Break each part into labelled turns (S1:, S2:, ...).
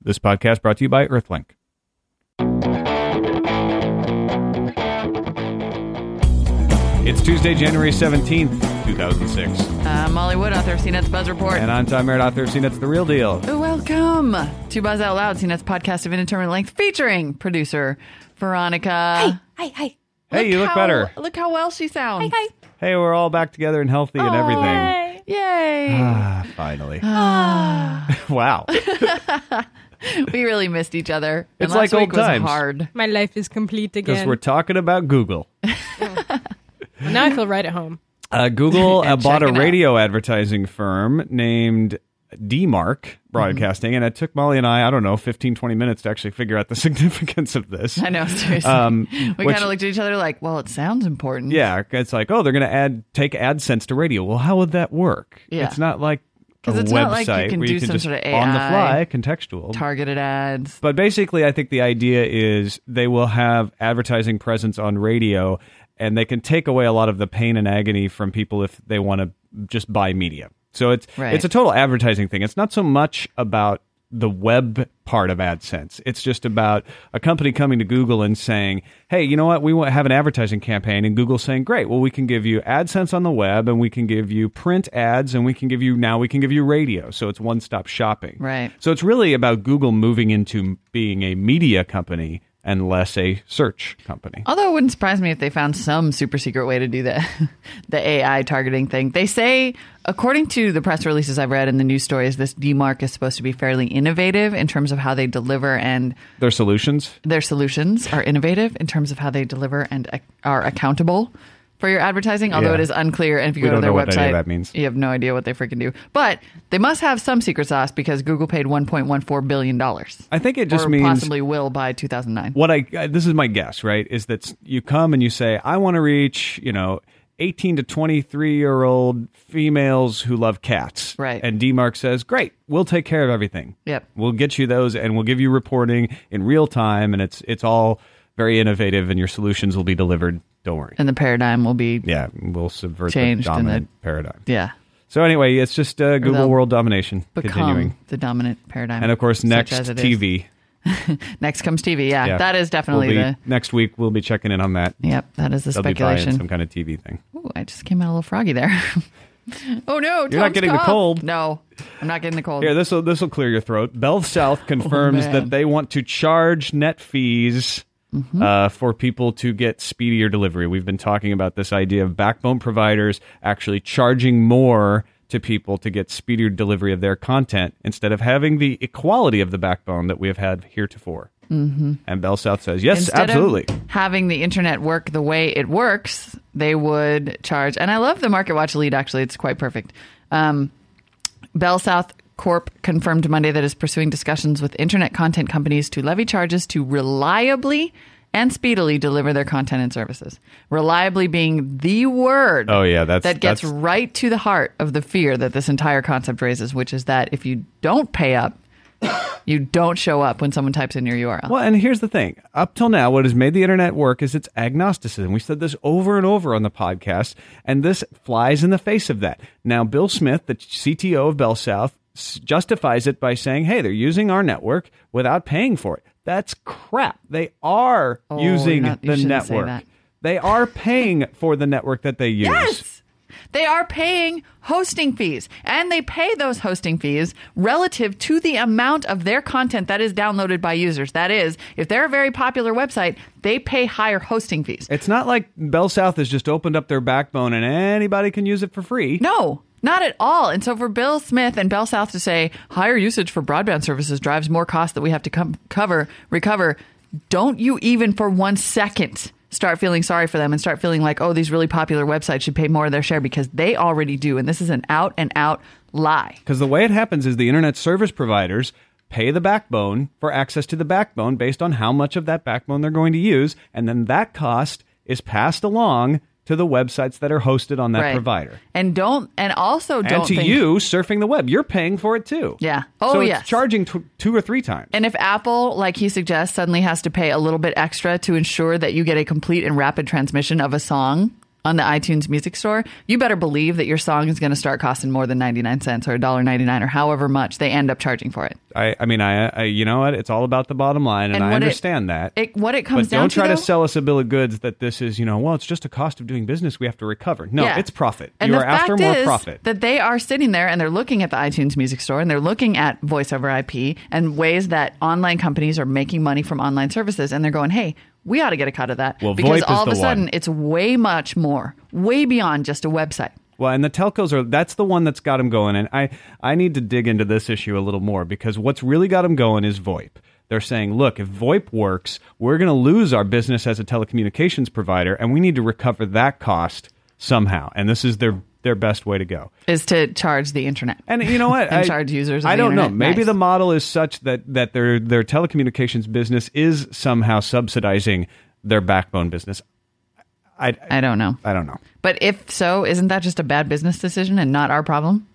S1: This podcast brought to you by Earthlink. It's Tuesday, January 17th, 2006.
S2: Uh, Molly Wood, author of CNET's Buzz Report.
S1: And I'm Tom Merritt, author of Seen That's the Real Deal.
S2: Welcome to Buzz Out Loud, CNET's podcast of indeterminate length, featuring producer Veronica.
S3: Hi, hi.
S1: Hey, you look
S2: how-
S1: better.
S2: Look how well she sounds.
S3: Hi.
S1: Hey, we're all back together and healthy
S2: Oh,
S1: and everything.
S2: Yay.
S1: Ah, finally.
S2: Ah.
S1: wow.
S2: we really missed each other. and
S1: It's like
S2: last
S1: old
S2: week was
S1: times.
S2: hard.
S3: My life is complete
S1: Because
S3: again.
S1: we're talking about Google.
S3: now I feel right at home.
S1: Uh, Google uh, bought
S2: Check
S1: a
S2: it out.
S1: radio advertising firm named DMark
S2: Mm-hmm.
S1: Broadcasting, and it took Molly and I, I don't know, 15, 20 minutes to actually figure out the significance of this.
S2: I know, seriously.
S1: Um,
S2: we
S1: which-
S2: kind of looked at each other like, well, it sounds important.
S1: Yeah, it's like, oh, they're going to add take AdSense to radio. Well, how would that work?
S2: Yeah.
S1: It's not like a
S2: 'Cause it's
S1: website
S2: not like you can
S1: where
S2: do
S1: you can
S2: some
S1: just
S2: sort of
S1: on the
S2: AI
S1: fly contextual.
S2: Targeted ads.
S1: but basically, I think the idea is they will have advertising presence on radio, and they can take away a lot of the pain and agony from people if they want to just buy media. So it's
S2: Right.
S1: it's a total advertising thing. It's not so much about the web part of AdSense. It's just about a company coming to Google and saying, "Hey, you know what? We want to have an advertising campaign." And Google saying, "Great. Well, we can give you AdSense on the web and we can give you print ads and we can give you now we can give you radio." So it's one-stop shopping.
S2: Right.
S1: So it's really about Google moving into being a media company and less a search company.
S2: Although it wouldn't surprise me if they found some super secret way to do the the AI targeting thing. They say, according to the press releases I've read and the news stories, this DMARC is supposed to be fairly innovative in terms of how they deliver and
S1: Their solutions?
S2: their solutions are innovative in terms of how they deliver and ac- are accountable for your advertising, although
S1: Yeah.
S2: it is unclear. And if you
S1: We
S2: go to
S1: don't
S2: their
S1: know what
S2: website,
S1: any of that means.
S2: you have no idea what they freaking do. But they must have some secret sauce because Google paid $1.14 billion.
S1: I think it just
S2: or
S1: means
S2: possibly will by 2009.
S1: what I uh, this is my guess, right? Is that s- you come and you say, I want to reach, you know, 18 to 23 year old females who love cats.
S2: Right.
S1: And DMARC says, Great, we'll take care of everything.
S2: Yep.
S1: We'll get you those and we'll give you reporting in real time. And it's it's all very innovative and your solutions will be delivered. Don't worry.
S2: And the paradigm will be,
S1: Yeah, we'll subvert
S2: Changed
S1: the
S2: in
S1: dominant paradigm.
S2: yeah.
S1: So anyway, it's just uh, Google
S2: they'll
S1: world domination
S2: become
S1: continuing.
S2: the dominant paradigm.
S1: And of course,
S2: such
S1: next
S2: as it is.
S1: TV.
S2: Next comes TV. Yeah,
S1: Yeah.
S2: that is definitely
S1: We'll be-
S2: the.
S1: next week. We'll be checking in on that.
S2: Yep, that is the
S1: They'll be buying
S2: speculation.
S1: some kind of TV thing.
S2: Ooh, I just came out a little froggy there. oh no,
S1: You're not
S2: Tom's
S1: getting the
S2: cough.
S1: cold.
S2: No, I'm not getting the cold.
S1: Here, this will this will clear your throat. Bell South confirms
S2: Oh, man. Mm-hmm.
S1: that they want to charge net fees uh, for people to get speedier delivery. We've been talking about this idea of backbone providers actually charging more to people to get speedier delivery of their content instead of having the equality of the backbone that we have had heretofore. Mm-hmm. And Bell South says yes,
S2: Instead of
S1: absolutely.
S2: having the internet work the way it works, they would charge. And I love the Market Watch lead, actually. It's quite perfect. Um, Bell South Corp confirmed Monday that is pursuing discussions with internet content companies to levy charges to reliably and speedily deliver their content and services. Reliably being the word
S1: oh yeah, that's
S2: that gets
S1: that's-
S2: right to the heart of the fear that this entire concept raises, which is that if you don't pay up, you don't show up when someone types in your URL.
S1: Well, and here's the thing. Up till now, what has made the internet work is its agnosticism. We said this over and over on the podcast, and this flies in the face of that. Now, Bill Smith, the CTO of Bell South, s- justifies it by saying, hey, they're using our network without paying for it. That's crap. They are
S2: you're
S1: using
S2: Oh, not- you
S1: the
S2: shouldn't say
S1: network.
S2: that.
S1: They are paying for the network that they use.
S2: Yes. They are paying hosting fees, and they pay those hosting fees relative to the amount of their content that is downloaded by users. That is, if they're a very popular website, they pay higher hosting fees.
S1: It's not like Bell South has just opened up their backbone and anybody can use it for free.
S2: No, not at all. And so for Bill Smith and Bell South to say higher usage for broadband services drives more cost that we have to com- cover, recover, don't you even for one second start feeling sorry for them and start feeling like, oh, these really popular websites should pay more of their share because they already do. And this is an out and out lie.
S1: Because the way it happens is the internet service providers pay the backbone for access to the backbone based on how much of that backbone they're going to use. And then that cost is passed along to the websites that are hosted on that
S2: Right.
S1: provider.
S2: And don't, and also don't
S1: and to
S2: think-
S1: you surfing the web, you're paying for it too.
S2: Yeah. Oh,
S1: so it's
S2: yes.
S1: charging tw- two or three times.
S2: And if Apple, like he suggests, suddenly has to pay a little bit extra to ensure that you get a complete and rapid transmission of a song on the iTunes Music Store, you better believe that your song is going to start costing more than 99 cents or $1.99 or however much they end up charging for it.
S1: I, I mean, I, I, you know what? It's all about the bottom line, and,
S2: And
S1: I
S2: what it-
S1: understand that.
S2: It what it comes
S1: but
S2: down
S1: don't try
S2: to,
S1: to
S2: though-
S1: sell us a bill of goods that this is, you know, well, it's just a cost of doing business we have to recover. No,
S2: Yeah.
S1: it's profit.
S2: And
S1: you
S2: the
S1: are after
S2: fact
S1: more
S2: is
S1: profit.
S2: That they are sitting there and they're looking at the iTunes Music Store and they're looking at voice over IP and ways that online companies are making money from online services, and they're going, "Hey, we ought to get a cut of that."
S1: Well, VoIP
S2: because
S1: is
S2: all
S1: the
S2: of a sudden,
S1: one.
S2: it's way much more, way beyond just a website.
S1: Well, and the telcos are that's the one that's got them going. And I I need to dig into this issue a little more because what's really got them going is VoIP. They're saying, look, if VoIP works, we're going to lose our business as a telecommunications provider, and we need to recover that cost somehow. And this is their their best way to go.
S2: Is to charge the internet.
S1: And you know what?
S2: And charge users of
S1: I
S2: the
S1: don't know.
S2: internet.
S1: Maybe
S2: Nice.
S1: the model is such that that their their telecommunications business is somehow subsidizing their backbone business. I
S2: I don't know,
S1: I don't know.
S2: but if so, isn't that just a bad business decision and not our problem?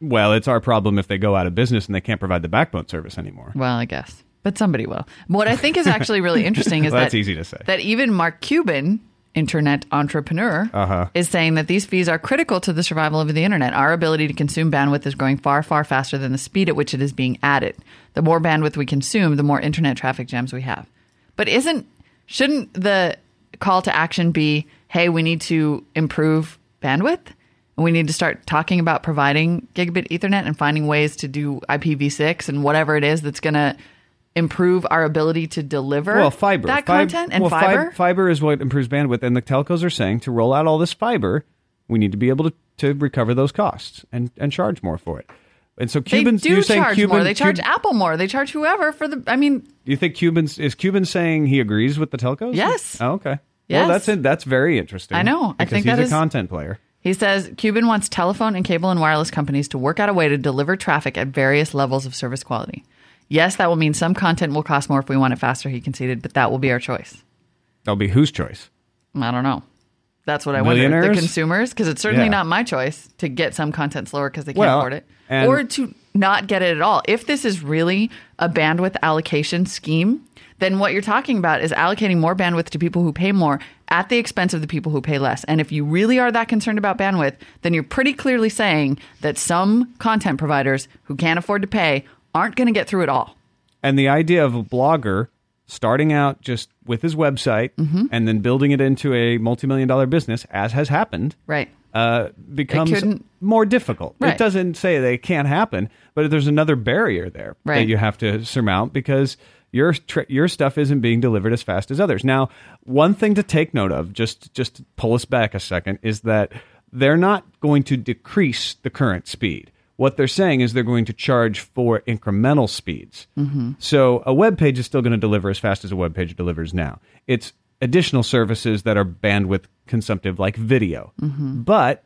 S1: Well, it's our problem if they go out of business and they can't provide the backbone service anymore.
S2: Well, I guess, but somebody will. What I think is actually really interesting is
S1: Well,
S2: that
S1: that's easy to say.
S2: that even Mark Cuban, internet entrepreneur, is saying that these fees are critical to the survival of the internet. Our ability to consume bandwidth is growing far, far faster than the speed at which it is being added. The more bandwidth we consume, the more internet traffic jams we have. But isn't shouldn't the call to action be, hey, we need to improve bandwidth? And we need to start talking about providing gigabit Ethernet and finding ways to do IPv6 and whatever it is that's going to improve our ability to deliver
S1: Well, fiber.
S2: that
S1: Fib-
S2: content and
S1: well, fib-
S2: fiber.
S1: fiber is what improves bandwidth, and the telcos are saying to roll out all this fiber, we need to be able to, to recover those costs and, and charge more for it. And so
S2: they
S1: Cubans,
S2: do
S1: you're saying
S2: charge
S1: Cuban,
S2: more. They charge
S1: Cub-
S2: Apple more. They charge whoever for the. I mean,
S1: you think Cubans is Cuban saying he agrees with the telcos?
S2: Yes.
S1: Oh, okay. Well,
S2: Yes.
S1: that's it. That's very interesting.
S2: I know. I
S1: Because
S2: think
S1: he's
S2: that
S1: a
S2: is-
S1: content player.
S2: he says Cuban wants telephone and cable and wireless companies to work out a way to deliver traffic at various levels of service quality. Yes, that will mean some content will cost more if we want it faster. He conceded, but that will be our choice.
S1: That'll be whose choice?
S2: I don't know. That's what I wonder. The
S1: Millionaires?
S2: consumers, because it's certainly
S1: Yeah.
S2: not my choice to get some content slower because they can't
S1: Well,
S2: afford it,
S1: and-
S2: or to not get it at all. If this is really a bandwidth allocation scheme, then what you're talking about is allocating more bandwidth to people who pay more at the expense of the people who pay less. And if you really are that concerned about bandwidth, then you're pretty clearly saying that some content providers who can't afford to pay aren't going to get through it all.
S1: And the idea of a blogger starting out just with his website
S2: Mm-hmm.
S1: and then building it into a multi-million dollar business, as has happened,
S2: Right.
S1: uh, becomes
S2: couldn't-
S1: more difficult. It
S2: Right.
S1: doesn't say they can't happen, but there's another barrier there that
S2: Right.
S1: you have to surmount because your tr- your stuff isn't being delivered as fast as others. Now, one thing to take note of, just just to pull us back a second, is that they're not going to decrease the current speed. What they're saying is they're going to charge for incremental speeds. So a web page is still going to deliver as fast as a web page delivers now. It's additional services that are bandwidth consumptive, like video. But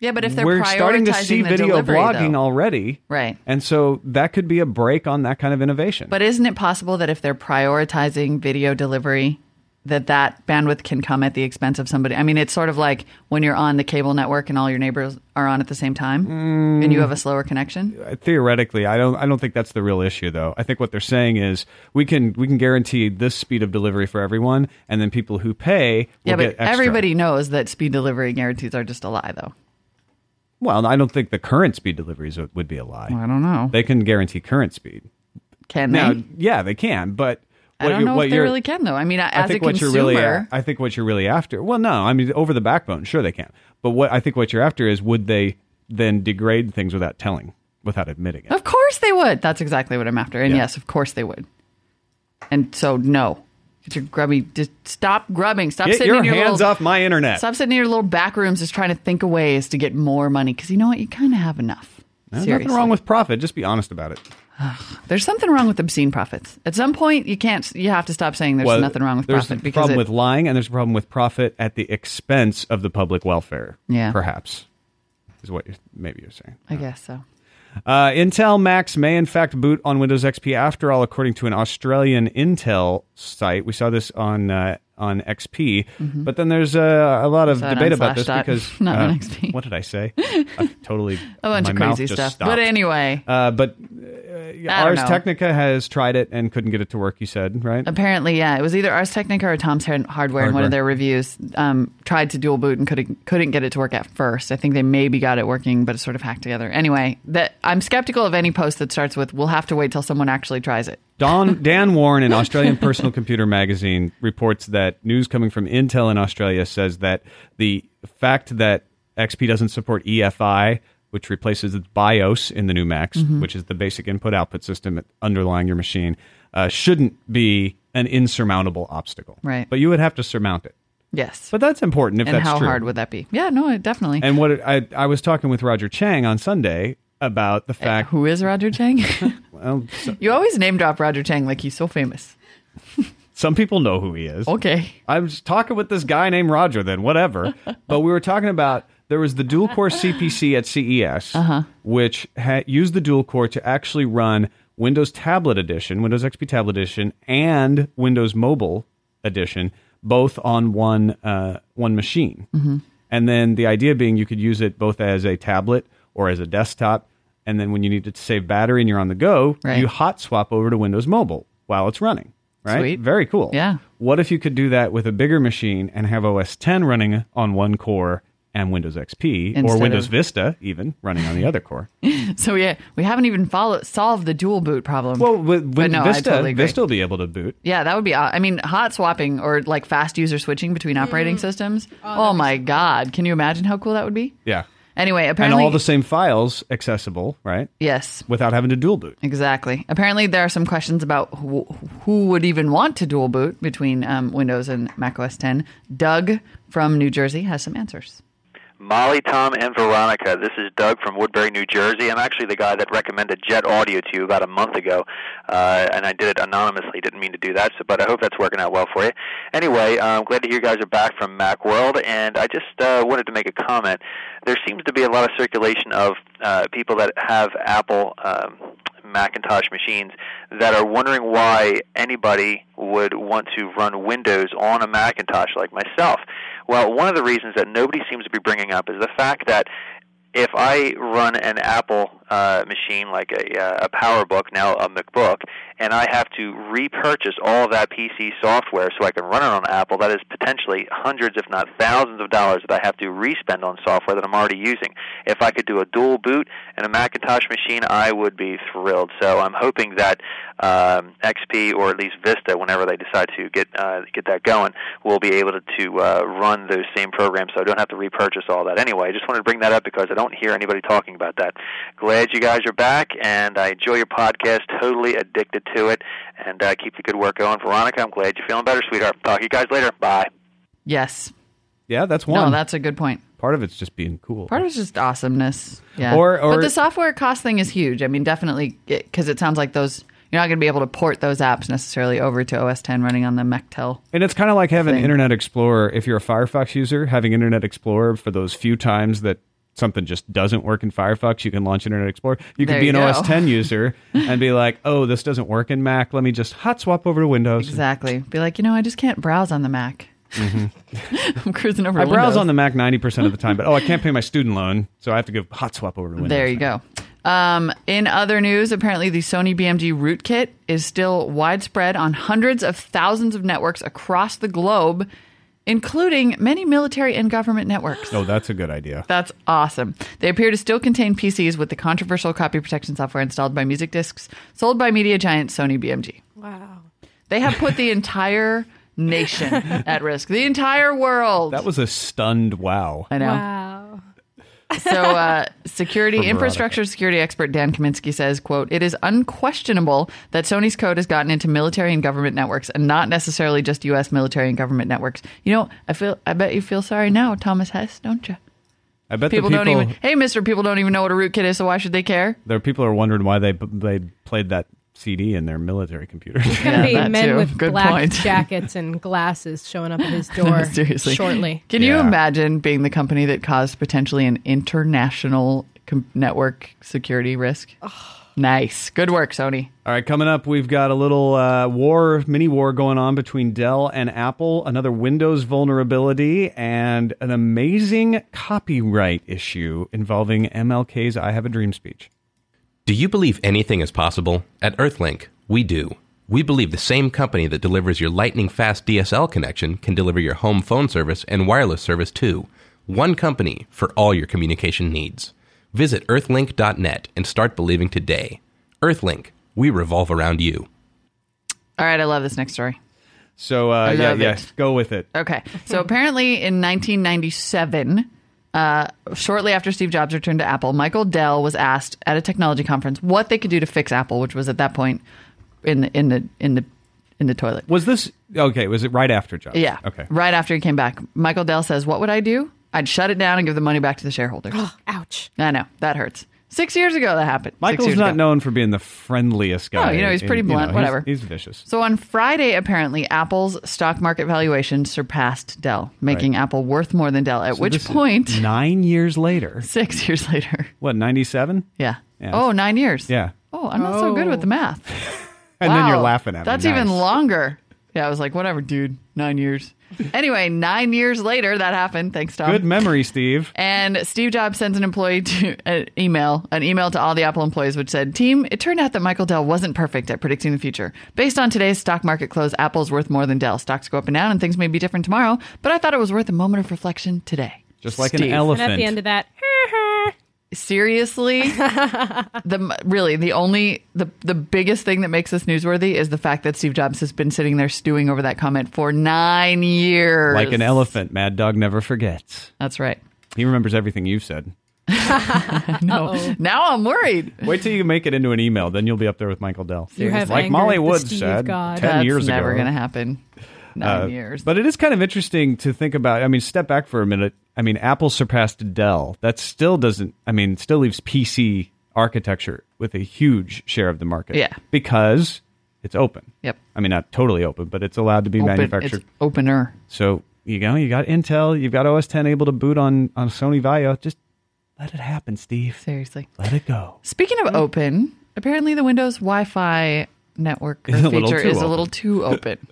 S2: Yeah, but if they're
S1: we're
S2: prioritizing
S1: starting to see
S2: the
S1: video
S2: delivery,
S1: blogging
S2: though-
S1: already
S2: Right.
S1: and so that could be a break on that kind of innovation
S2: But isn't it possible that if they're prioritizing video delivery, that that bandwidth can come at the expense of somebody? I mean, it's sort of like when you're on the cable network and all your neighbors are on at the same time, and you have a slower connection.
S1: theoretically i don't i don't think that's the real issue though i think what they're saying is we can we can guarantee this speed of delivery for everyone and then people who pay will
S2: yeah,
S1: get
S2: but
S1: extra.
S2: everybody knows that speed delivery guarantees are just a lie, though.
S1: well i don't think the current speed deliveries would, would be a lie
S2: I don't know.
S1: they can guarantee current speed
S2: Can
S1: now
S2: they?
S1: yeah they can but
S2: I
S1: what
S2: don't
S1: you-
S2: know
S1: what
S2: if they
S1: you're-
S2: really can, though. I mean,
S1: I
S2: as
S1: think
S2: a
S1: what
S2: consumer,
S1: you're really a- I think what you're really after. Well, no, I mean over the backbone, sure they can. But what I think what you're after is would they then degrade things without telling, without admitting it?
S2: of course they would. That's exactly what I'm after. And
S1: uh, Yeah.
S2: yes, of course they would. And so, no. Get your grubby. Just stop grubbing. Stop
S1: Get
S2: sitting
S1: your
S2: in your
S1: hands
S2: little,
S1: off my internet.
S2: Stop sitting in your little back rooms just trying to think of ways to get more money because you know what? You kind of have enough.
S1: There's
S2: Seriously.
S1: nothing wrong with profit. Just be honest about it.
S2: there's something wrong with obscene profits. At some point, you can't. You have to stop saying there's
S1: Well,
S2: nothing wrong with
S1: there's
S2: profit
S1: a
S2: because
S1: problem
S2: it-
S1: with lying, and there's a problem with profit at the expense of the public welfare.
S2: Yeah.
S1: perhaps is what you're, maybe you're saying.
S2: I guess so.
S1: Uh, Intel Max may in fact boot on Windows XP after all, according to an Australian Intel site. We saw this on uh, on XP, but then there's uh, a lot of
S2: Mm-hmm. Saw it on
S1: debate about
S2: Flash
S1: this
S2: Dot,
S1: because
S2: not
S1: uh,
S2: on XP.
S1: What did I say? I totally
S2: A bunch
S1: my
S2: of
S1: mouth
S2: crazy
S1: just
S2: stuff.
S1: stopped.
S2: But anyway,
S1: Uh, but uh,
S2: I don't
S1: Ars
S2: know.
S1: Technica has tried it and couldn't get it to work. You said right?
S2: Apparently, yeah, it was either Ars Technica or Tom's Hardware, Hardware. in one
S1: Hardware.
S2: of their reviews. Um, tried to dual boot and couldn't couldn't get it to work at first. I think they maybe got it working, but it sort of hacked together. Anyway, that I'm skeptical of any post that starts with "We'll have to wait till someone actually tries it."
S1: Don, Dan Warren in Australian Personal Computer Magazine reports that news coming from Intel in Australia says that the fact that XP doesn't support EFI, which replaces its BIOS in the new Macs,
S2: Mm-hmm.
S1: which is the basic input output system underlying your machine, uh, shouldn't be an insurmountable obstacle.
S2: Right.
S1: But you would have to surmount it.
S2: Yes,
S1: But that's important if
S2: and
S1: that's
S2: how
S1: true.
S2: hard would that be? Yeah, no, definitely.
S1: and what it, I, I was talking with Roger Chang on Sunday about the fact,
S2: Uh, Who is Roger Chang?
S1: well, so-
S2: you always name drop Roger Chang like he's so famous.
S1: some people know who he is.
S2: Okay,
S1: I was talking with this guy named Roger then, whatever. but we were talking about there was the dual core CPC at CES,
S2: Uh-huh.
S1: which ha- used the dual core to actually run Windows Tablet Edition, Windows XP Tablet Edition, and Windows Mobile Edition, both on one uh, one machine.
S2: Mm-hmm.
S1: And then the idea being you could use it both as a tablet or as a desktop. And then when you need to save battery and you're on the go,
S2: Right.
S1: you hot swap over to Windows Mobile while it's running. Right?
S2: Sweet.
S1: Very cool.
S2: Yeah.
S1: What if you could do that with a bigger machine and have OS 10 running on one core and Windows XP
S2: Instead
S1: or Windows
S2: of-
S1: Vista even running on the other core?
S2: so yeah, we haven't even follow, solved the dual boot problem.
S1: Well, with, with
S2: no, I
S1: Vista,
S2: totally agree.
S1: Vista will be able to boot.
S2: Yeah, that would be. aw- I mean, hot swapping or like fast user switching between operating systems. Oh, my god! Can you imagine how cool that would be?
S1: Yeah.
S2: Anyway,
S1: And
S2: apparently,
S1: all the same files accessible, right?
S2: yes,
S1: Without having to dual boot.
S2: exactly. Apparently, there are some questions about who, who would even want to dual boot between um, Windows and Mac OS 10. Doug from New Jersey has some answers.
S4: Molly, Tom, and Veronica. This is Doug from Woodbury, New Jersey. I'm actually the guy that recommended Jet Audio to you about a month ago, uh, and I did it anonymously. Didn't mean to do that, so, but I hope that's working out well for you. Anyway, uh, I'm glad to hear you guys are back from MacWorld, and I just uh, wanted to make a comment. There seems to be a lot of circulation of uh, people that have Apple. Um, Macintosh machines that are wondering why anybody would want to run Windows on a Macintosh like myself. Well, one of the reasons that nobody seems to be bringing up is the fact that if I run an Apple uh, machine like a, uh, a PowerBook, now a MacBook, and I have to repurchase all that PC software so I can run it on Apple, that is potentially hundreds, if not thousands, of dollars that I have to respend on software that I'm already using. If I could do a dual boot and a Macintosh machine, I would be thrilled. So I'm hoping that um, XP or at least Vista, whenever they decide to get uh, get that going, will be able to, to uh, run those same programs. So I don't have to repurchase all that anyway. I just wanted to bring that up because I don't hear anybody talking about that. Glad you guys are back, and I enjoy your podcast. Totally addicted to it, and uh, keep the good work going, Veronica. I'm glad you're feeling better, sweetheart. Talk to you guys later. Bye.
S2: Yes,
S1: Yeah, that's one.
S2: no, that's a good point.
S1: Part of it's just being cool.
S2: Part of it's just awesomeness. Yeah.
S1: Or- or-
S2: but the software cost thing is huge. I mean, definitely because it sounds like those you're not going to be able to port those apps necessarily over to OS 10 running on the MacTel.
S1: And it's kind of like having
S2: thing.
S1: Internet Explorer. If you're a Firefox user, having Internet Explorer for those few times that something just doesn't work in Firefox, you can launch Internet Explorer. You can
S2: There
S1: be
S2: you
S1: an
S2: go.
S1: OS 10 user and be like, oh, this doesn't work in Mac. Let me just hot swap over to Windows.
S2: Exactly. Be like, you know, I just can't browse on the Mac. I'm cruising over.
S1: Mm-hmm. I
S2: to
S1: browse
S2: Windows.
S1: on the Mac 90% of the time, but oh, I can't pay my student loan, so I have to go hot swap over to Windows.
S2: There you go. Um, in other news, apparently the Sony BMG rootkit is still widespread on hundreds of thousands of networks across the globe, including many military and government networks.
S1: Oh, that's a good idea.
S2: That's awesome. They appear to still contain PCs with the controversial copy protection software installed by music discs sold by media giant Sony BMG.
S3: Wow.
S2: They have put the entire nation at risk, the entire world.
S1: That was a stunned wow.
S2: I know.
S3: Wow.
S2: So, uh, security
S1: Veronica.
S2: infrastructure security expert Dan Kaminsky says, "quote It is unquestionable that Sony's code has gotten into military and government networks, and not necessarily just U.S. military and government networks. You know, I feel, I bet you feel sorry now, Thomas Hess, don't you?
S1: I bet
S2: People,
S1: the
S2: don't
S1: people,
S2: even. Hey, Mister, people don't even know what a rootkit is, so why should they care?
S1: there are people are wondering why they they played that CD in their military computer.
S3: It's gonna
S2: Yeah, that
S3: be men
S2: too.
S3: with
S2: Good
S3: black
S2: point.
S3: jackets and glasses showing up at his door
S2: Seriously.
S3: shortly.
S2: Can you
S1: Yeah.
S2: imagine being the company that caused potentially an international com- network security risk? Nice. Good work, Sony.
S1: All right, coming up, we've got a little uh, war, mini war going on between Dell and Apple, another Windows vulnerability, and an amazing copyright issue involving MLK's I Have a Dream speech.
S5: Do you believe anything is possible? At Earthlink, we do. We believe the same company that delivers your lightning fast DSL connection can deliver your home phone service and wireless service too. One company for all your communication needs. Visit earthlink.net and start believing today. Earthlink, we revolve around you.
S2: All right, I love this next story.
S1: So uh, yeah,
S2: love
S1: yeah,
S2: it.
S1: go with it.
S2: Okay. So apparently in 1997, uh, shortly after Steve Jobs returned to Apple, Michael Dell was asked at a technology conference what they could do to fix Apple, which was at that point in the in the in the in the toilet.
S1: Was this okay? Was it right after Jobs?
S2: Yeah.
S1: Okay.
S2: Right after he came back, Michael Dell says, "What would I do? I'd shut it down and give the money back to the shareholders."
S3: Oh, Ouch.
S2: I know that hurts. Six years ago that happened. Six
S1: Michael's
S2: years
S1: not
S2: ago. Oh,
S1: known for being the friendliest guy.
S2: you know, he's pretty blunt,
S1: he's-
S2: whatever.
S1: He's, vicious.
S2: So on Friday, apparently, Apple's stock market valuation surpassed Dell, making Apple worth more than Dell. At
S1: So
S2: which
S1: this is
S2: point,
S1: Nine years later.
S2: six years later,
S1: What? Ninety-seven.
S2: yeah.
S1: Yeah.
S2: Oh, nine years.
S1: Yeah.
S2: Oh, I'm not so good with the math.
S1: And then you're laughing at
S2: That's
S1: me.
S2: even
S1: Nice.
S2: longer. Yeah, I was like, whatever, dude. Nine years. anyway, nine years later, that happened. Thanks, Tom.
S1: Good memory, Steve.
S2: And Steve Jobs sends an employee to an email, an email to all the Apple employees, which said, "Team, it turned out that Michael Dell wasn't perfect at predicting the future. Based on today's stock market close, Apple's worth more than Dell. Stocks go up and down, and things may be different tomorrow. But I thought it was worth a moment of reflection today."
S1: Just like an
S2: Steve.
S1: elephant.
S3: And at the end of that,
S2: Seriously, the really the only the the biggest thing that makes this newsworthy is the fact that Steve Jobs has been sitting there stewing over that comment for nine years.
S1: like an elephant, Mad Dog never forgets.
S2: That's right.
S1: He remembers everything you've said.
S2: No, now I'm worried.
S1: Wait till you make it into an email, then you'll be up there with Michael Dell.
S3: you have
S1: like
S3: angered
S1: Molly
S3: the
S1: Wood
S3: Steve
S1: said
S3: God.
S1: ten
S2: That's
S1: years
S2: never
S1: ago.
S2: going to happen. Nine
S1: Uh,
S2: years.
S1: But it is kind of interesting to think about. I mean, step back for a minute. I mean, Apple surpassed Dell. That still doesn't. I mean, still leaves PC architecture with a huge share of the market.
S2: Yeah.
S1: because it's open.
S2: Yep.
S1: I mean, not totally open, but it's allowed to be manufactured.
S2: It's opener.
S1: So you go. You got Intel. You've got OS 10 able to boot on on Sony Vaio. Just let it happen, Steve.
S2: Seriously.
S1: Let it go.
S2: Speaking of open, apparently the Windows Wi-Fi network or
S1: Is a little
S2: feature
S1: too
S2: is a
S1: open.
S2: little too open.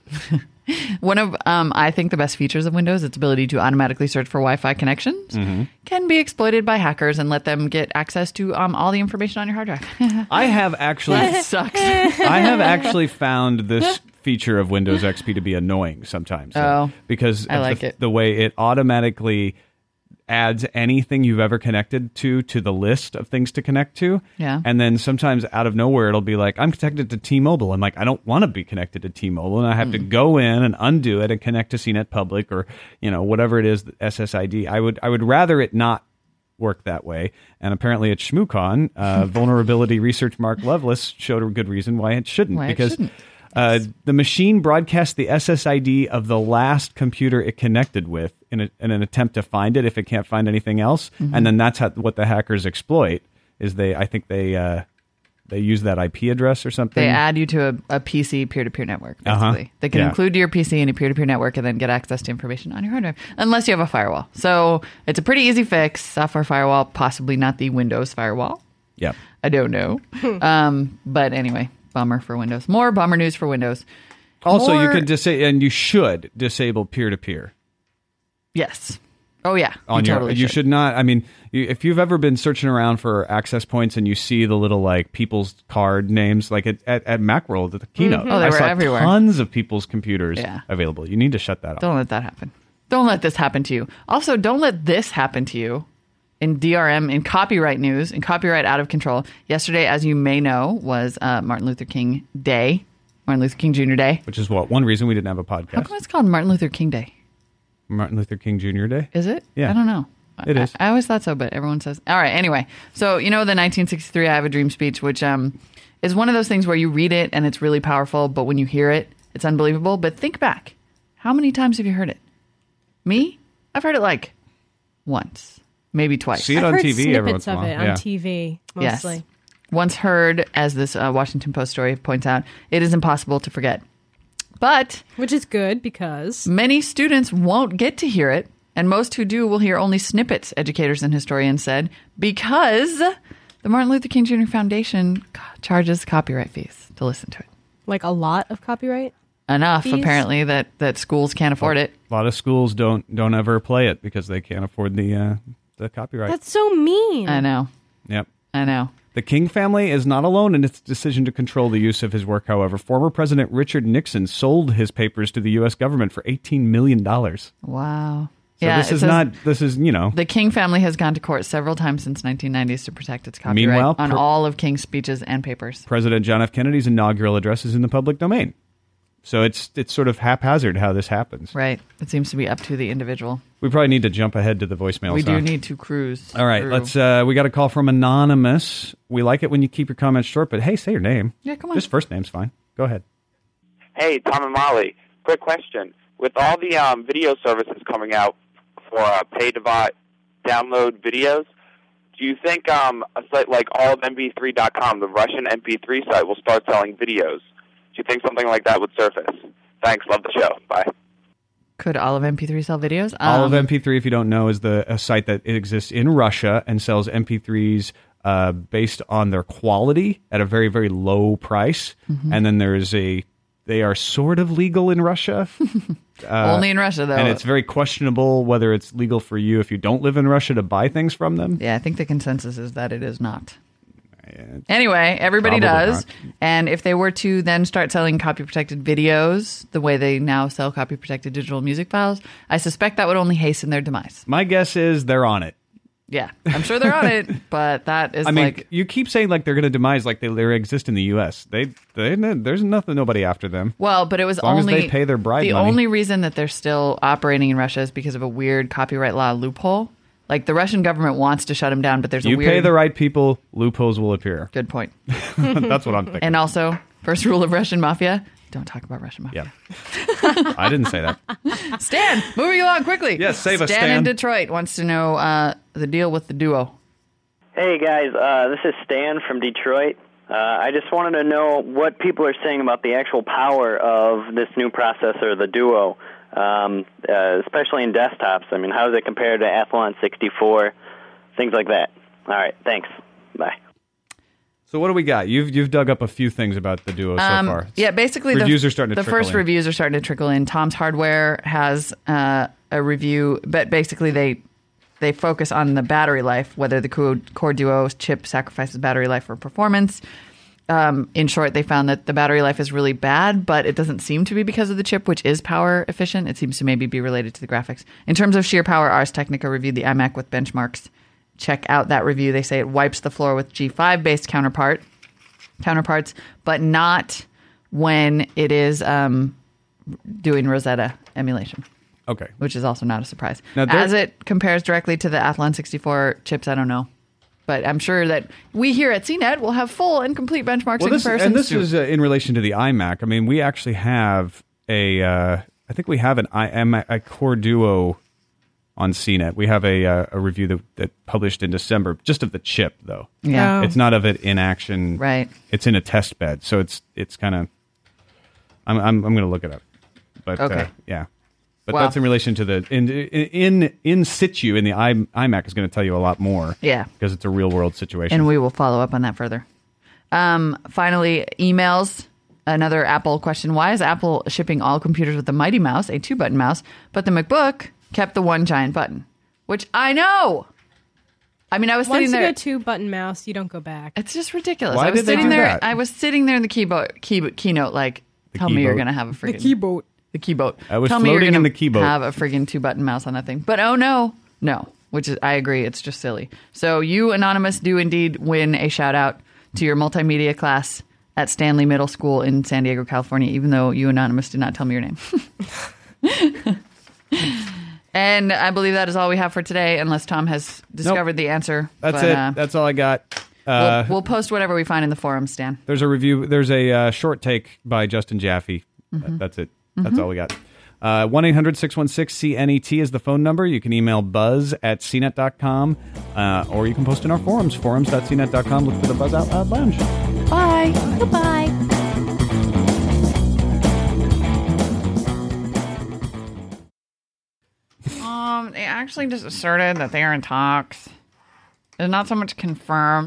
S2: One of, um, I think, the best features of Windows, its ability to automatically search for Wi-Fi connections,
S1: Mm-hmm.
S2: can be exploited by hackers and let them get access to um, all the information on your hard drive.
S1: I have actually
S2: it sucks.
S1: I have actually found this feature of Windows XP to be annoying sometimes. though,
S2: Oh,
S1: because
S2: I
S1: of
S2: like
S1: the,
S2: it.
S1: the way it automatically adds anything you've ever connected to to the list of things to connect to.
S2: Yeah.
S1: And then sometimes out of nowhere it'll be like I'm connected to T-Mobile. I'm like I don't want to be connected to T-Mobile and I have to
S2: Hmm.
S1: go in and undo it and connect to CNET Public or you know whatever it is SSID. I would I would rather it not work that way. And apparently at ShmooCon, uh, vulnerability research Mark Lovelace showed a good reason why it shouldn't.
S2: Why it
S1: because
S2: shouldn't.
S1: Uh, the machine broadcasts the SSID of the last computer it connected with in, a, in an attempt to find it if it can't find anything else.
S2: Mm-hmm.
S1: And then that's how, what the hackers exploit is they, I think they, uh, they use that IP address or something.
S2: They add you to a, a PC peer-to-peer network. Basically,
S1: Uh-huh.
S2: they can
S1: Yeah.
S2: include your PC in a peer-to-peer network and then get access to information on your hard drive, unless you have a firewall. So it's a pretty easy fix. Software firewall, possibly not the Windows firewall.
S1: yeah.
S2: I don't know,
S1: Hmm.
S2: um, but anyway, bummer for Windows. More bummer news for Windows.
S1: Also, you
S2: More-
S1: can disable and you should disable peer to peer.
S2: Yes. Oh yeah.
S1: on
S2: you
S1: your
S2: totally
S1: you should not i mean you, if you've ever been searching around for access points and you see the little like people's card names like at, at, at macworld at the keynote
S2: Oh, they
S1: I
S2: were
S1: saw
S2: everywhere.
S1: tons of people's computers
S2: Yeah.
S1: available you need to shut that off
S2: Don't let that happen. Don't let this happen to you. Also, don't let this happen to you in DRM, in copyright news, in copyright out of control. Yesterday, as you may know, was uh, Martin Luther King Day, Martin Luther King Jr. Day.
S1: which is what one reason we didn't have a
S2: How
S1: podcast
S2: come it's called Martin Luther King Day?
S1: martin luther king jr day
S2: Is it?
S1: Yeah.
S2: I don't know.
S1: It
S2: I-
S1: is.
S2: I, always thought so, but everyone says. All right. Anyway, so you know the 1963 "I Have a Dream" speech, which um, is one of those things where you read it and it's really powerful, but when you hear it, it's unbelievable. But think back, how many times have you heard it? Me, I've heard it like once, maybe twice.
S1: see it
S3: I've
S1: on
S3: heard
S1: tv every once
S3: snippets
S1: in a
S3: of
S1: while
S3: it on
S1: yeah.
S3: TV
S2: yes.
S3: mostly.
S2: Once heard, as this uh, Washington Post story points out, it is impossible to forget. But
S3: Which is good because
S2: Many students won't get to hear it, and most who do will hear only snippets, educators and historians said, because the Martin Luther King Jr. Foundation co- charges copyright fees to listen to it.
S3: like a lot of copyright.
S2: Enough,
S3: Fees?
S2: apparently, that, that schools can't afford it.
S1: a lot of schools don't don't ever play it because they can't afford the uh the copyright
S3: Oh. That's so mean.
S2: I know.
S1: yep
S2: I know.
S1: The King family is not alone in its decision to control the use of his work, however. Former President Richard Nixon sold his papers to the U.S. government for $18 million. So
S2: Wow.
S1: this
S2: it
S1: is
S2: says
S1: not, this is, you know,
S2: The King family has gone to court several times since 1990s to protect its copyright
S1: Meanwhile,
S2: on
S1: per-
S2: all of King's speeches and papers.
S1: President John F. Kennedy's inaugural address is in the public domain. So it's, it's sort of haphazard how this happens.
S2: Right. It seems to be up to the individual.
S1: We probably need to jump ahead to the voicemail.
S2: we do
S1: sound.
S2: need to cruise.
S1: All right,
S2: through.
S1: let's. Uh, we got a call from anonymous. We like it when you keep your comments short, but hey, say your name.
S2: Yeah, come on.
S1: Just first name's fine. Go ahead.
S6: Hey, Tom and Molly, quick question. With all the um, video services coming out for uh, pay to buy, download videos, do you think um, a site like allofmp3.com, the Russian MP3 site, will start selling videos? Do you think something like that would surface? Thanks. Love the show. Bye.
S2: Could all of MP3 sell videos?
S1: All of
S2: Um,
S1: MP3, if you don't know, is the a site that it exists in Russia and sells MP3s uh, based on their quality at a very very low price.
S2: Mm-hmm.
S1: And then there is a they are sort of legal in Russia,
S2: Hmm. Only in Russia, though.
S1: Uh, and it's very questionable whether it's legal for you if you don't live in Russia to buy things from them.
S2: yeah, I think the consensus is that it is not. Anyway, everybody
S1: probably
S2: does. And if they were to then start selling copy protected videos the way they now sell copy protected digital music files, I suspect that would only hasten their demise.
S1: My guess is they're on it.
S2: Yeah, I'm sure they're on it, but that is
S1: I mean,
S2: like
S1: you keep saying like they're going to demise, like they, they exist in the U.S. They, they, there's nothing, nobody after them.
S2: Well, but it was
S1: long as
S2: only
S1: they pay their bribe
S2: The
S1: money.
S2: only reason that they're still operating in Russia is because of a weird copyright law loophole. Like the Russian government wants to shut them down, but there's a
S1: You
S2: weird
S1: pay the right people, loopholes will appear.
S2: good point.
S1: That's what I'm thinking.
S2: And also, first rule of Russian mafia: don't talk about Russian
S1: yeah,
S2: mafia.
S1: I didn't say that.
S2: Stan, moving along quickly.
S1: Yes, save us,
S2: Stan
S1: Stan.
S2: in Detroit wants to know uh, the deal with the duo.
S7: Hey guys, uh, this is Stan from Detroit. Uh, I just wanted to know what people are saying about the actual power of this new processor, the Duo, um, uh, especially in desktops. I mean, how does it compare to Athlon 64, things like that? All right, thanks. Bye.
S1: So what do we got? You've you've dug up a few things about the duo
S2: Um,
S1: so far.
S2: Yeah, basically
S1: reviews
S2: the,
S1: are starting to
S2: the
S1: trickle
S2: first
S1: in.
S2: reviews are starting to trickle in. Tom's Hardware has uh, a review, but basically they they focus on the battery life, whether the Core, Core Duo chip sacrifices battery life for performance. Um, in short, they found that the battery life is really bad, but it doesn't seem to be because of the chip, which is power efficient. It seems to maybe be related to the graphics. In terms of sheer power, Ars Technica reviewed the iMac with benchmarks. Check out that review. They say it wipes the floor with G5 based counterpart counterparts, but not when it is um, doing Rosetta emulation,
S1: Okay.
S2: which is also not a surprise.
S1: Now, there-
S2: As it compares directly to the Athlon 64 chips, I don't know. But I'm sure that we here at CNET will have full and complete benchmarks
S1: Well,
S2: and
S1: this,
S2: comparisons.
S1: and this
S2: to-
S1: is uh, in relation to the iMac. I mean, we actually have a. Uh, I think we have an iMac a Core Duo on CNET. We have a uh, a review that, that published in December, just of the chip though.
S2: Yeah.
S3: Oh.
S1: it's not of it in action.
S2: Right.
S1: It's in a test bed, so it's it's kind of. I'm I'm I'm gonna look it up, but uh,
S2: Okay.
S1: yeah, but
S2: Wow.
S1: that's in relation to the in in in, in situ in the I, iMac is going to tell you a lot more.
S2: Yeah.
S1: because it's a real world situation.
S2: and we will follow up on that further. Um, finally, emails. Another Apple question: Why is Apple shipping all computers with the Mighty Mouse, a two-button mouse, but the MacBook kept the one giant button? Which I know. I mean, I was
S3: Once
S2: sitting
S3: you
S2: there.
S3: go two button mouse, you don't go back.
S2: it's just ridiculous.
S1: Why
S2: I was
S1: did they
S2: sitting
S1: do
S2: there.
S1: that?
S2: I was sitting there in the keyboard, key, keynote, like, tell me you're
S1: keyboat.
S2: going to have a freaking
S3: keyboard.
S2: the keyboat.
S1: I was
S2: Tell me
S1: floating
S2: you're
S1: in
S2: gonna
S1: the keyboat.
S2: Have a friggin' two button mouse on that thing. But oh no, no. Which is I agree, it's just silly. So you anonymous do indeed win a shout out to your multimedia class at Stanley Middle School in San Diego, California, even though you anonymous did not tell me your name. and I believe that is all we have for today, unless Tom has discovered the answer.
S1: That's
S2: But,
S1: it.
S2: uh,
S1: that's all I got.
S2: we'll-
S1: Uh,
S2: we'll, post whatever we find in the forum, Stan.
S1: There's a review. There's a uh, short take by Justin Jaffe. Uh, That's it. That's all we got. Uh, 1 800 616 CNET E is the phone number. You can email buzz at cnet.com uh, or you can post in our forums, forums.cnet.com. Look for the Buzz Out Loud Lounge.
S3: Bye. Goodbye.
S2: Um, they actually just asserted that they are in talks. It's not so much confirmed.